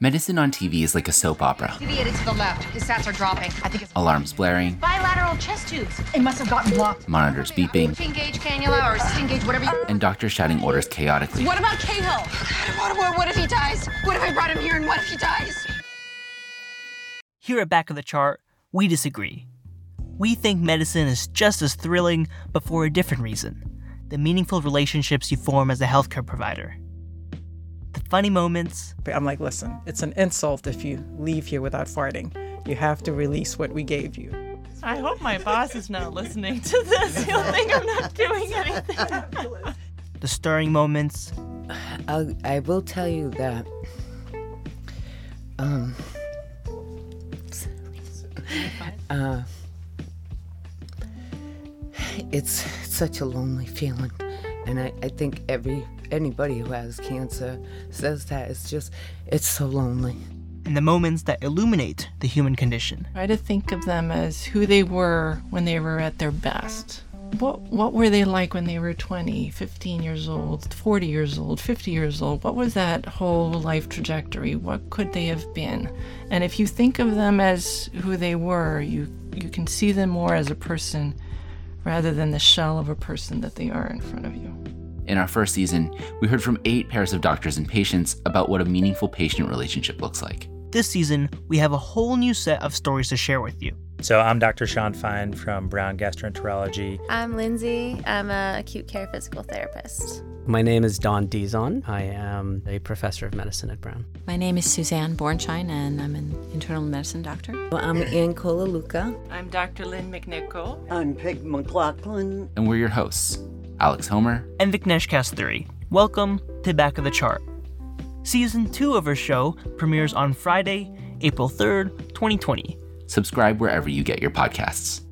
Medicine on TV is like a soap opera. Deviated to the left. His sats are dropping. I think it's Alarms blaring, bilateral chest tubes. It must have gotten blocked. monitors beeping, 15 gauge cannula or 16 gauge, whatever you. and doctors shouting orders chaotically. What about Cahill? What, what, what if he dies? What if I brought him here and what if he dies? Here at Back of the Chart, we disagree. We think medicine is just as thrilling, but for a different reason the meaningful relationships you form as a healthcare provider. The funny moments, But I'm like, listen, it's an insult if you leave here without farting. You have to release what we gave you. I hope my boss is not listening to this. He'll think I'm not doing anything. the stirring moments, I'll, I will tell you that. Um. uh, it's such a lonely feeling, and I, I think every anybody who has cancer says that it's just it's so lonely. and the moments that illuminate the human condition. Try to think of them as who they were when they were at their best. What, what were they like when they were 20, 15 years old, 40 years old, 50 years old? What was that whole life trajectory? What could they have been? And if you think of them as who they were, you, you can see them more as a person rather than the shell of a person that they are in front of you. In our first season, we heard from eight pairs of doctors and patients about what a meaningful patient relationship looks like. This season, we have a whole new set of stories to share with you. So I'm Dr. Sean Fine from Brown Gastroenterology. I'm Lindsay. I'm a acute care physical therapist. My name is Don Dizon. I am a professor of medicine at Brown. My name is Suzanne Bornshine, and I'm an internal medicine doctor. Well, I'm Ann Colaluca. I'm Dr. Lynn McNichol. I'm Peg McLaughlin. And we're your hosts, Alex Homer, and Viknesh Kasturi. Welcome to Back of the Chart. Season 2 of our show premieres on Friday, April 3rd, 2020. Subscribe wherever you get your podcasts.